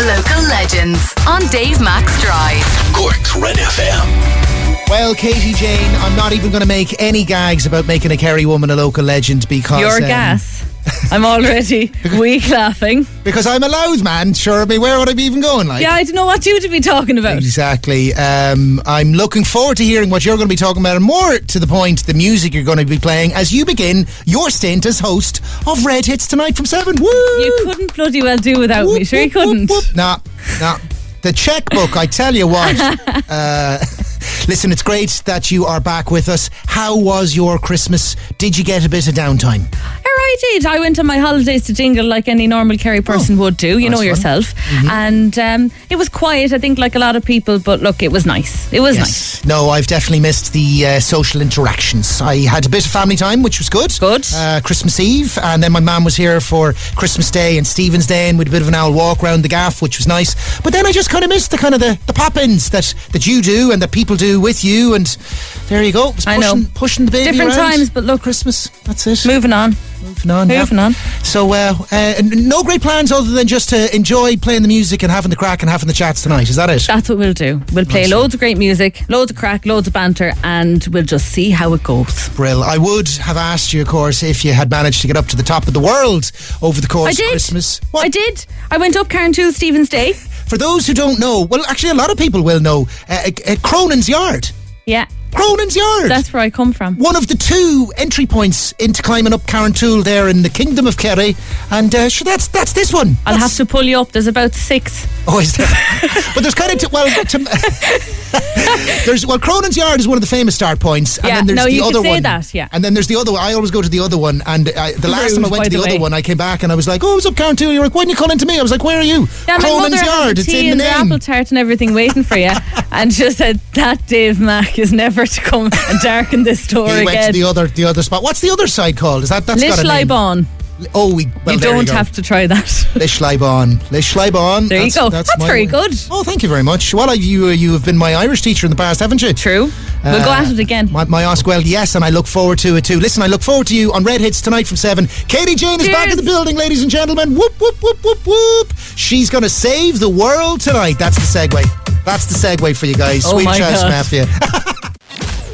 Local legends on Dave Max Drive. Cork's Red FM. Well, Katie Jane, I'm not even going to make any gags about making a Kerry woman a local legend because Your um, gas. I'm already weak laughing. because I'm allowed, man. Sure, me, where would I be even going? Like, Yeah, I don't know what you to be talking about. exactly. Um, I'm looking forward to hearing what you're going to be talking about, and more to the point, the music you're going to be playing as you begin your stint as host of Red Hits tonight from seven. Woo! You couldn't bloody well do without Whoop, me. Sure, you whoop, whoop, couldn't. whoop. Nah, nah. The checkbook, I tell you what. uh, listen, it's great that you are back with us. How was your Christmas? Did you get a bit of downtime? Or I did. I went on my holidays to Dingle like any normal Kerry Oh, person would do. You Nice know one. yourself. Mm-hmm. And um, it was quiet, I think, like a lot of people. But look, it was nice. It was nice. No, I've definitely missed the uh, social interactions. I had a bit of family time, which was good. Good. Uh, Christmas Eve, and then my mum was here for Christmas Day and Stephen's Day, and we had a bit of an owl walk around the gaff, which was nice. But then I just kind of missed the kind of the, the pop-ins that, that you do and that people do with you, and there you go. It's I pushing, know. Pushing the baby Different around. times, but look, Christmas. That's it. moving on. Moving on. yeah. moving on. So, uh, uh, n- no great plans other than just to enjoy playing the music and having the crack and having the chats tonight. Is that it? That's what we'll do. We'll play loads of great music, loads of crack, loads of banter, and we'll just see how it goes. Brill. I would have asked you, of course, if you had managed to get up to the top of the world over the course I did. of Christmas. I did. I went up Karen to Stephen's Day. For those who don't know, well, actually, a lot of people will know uh, uh, Cronin's Yard. Yeah, Cronin's Yard. that's where I come from. one of the two entry points into climbing up Carantoul there in the Kingdom of Kerry. And uh, sure, that's that's this one. I'll That's- have to pull you up. There's about six. Oh, is there? but there's kind of t- well, t- there's well, Cronin's Yard is one of the famous start points, and Yeah, then there's no, the you could other say one. that, yeah. And then there's the other one. I always go to the other one, and I, the last time I Rude, went to the, by the other way. one, I came back and I was like, "Oh, it's up Carantoul." You're like, "Why didn't you call into me?" I was like, "Where are you?" Yeah, my Cronin's mother Yard. has It's the tea in the and the name. apple tart and everything waiting for you, and just said that Dave Mack is never to come and darken this door He went to again. the other the other spot. What's the other side called? Is that that's got Little a name? Ibon, Oh, we well, you there don't go. have to try that. Lish Libon. Lish Libon. There you That's- go. That's, That's my very way. good. Oh, thank you very much. Well, I, you you have been my Irish teacher in the past, haven't you? True. we'll go Uh, at it again. My, my ask, well, yes, and I look forward to it too. Listen, I look forward to you on Red Hits tonight from 7. Katie Jane is back in Cheers. the building, ladies and gentlemen. Whoop, whoop, whoop, whoop, whoop. She's going to save the world tonight. That's the segue. That's the segue for you guys. Oh Sweet my Chess God. Mafia.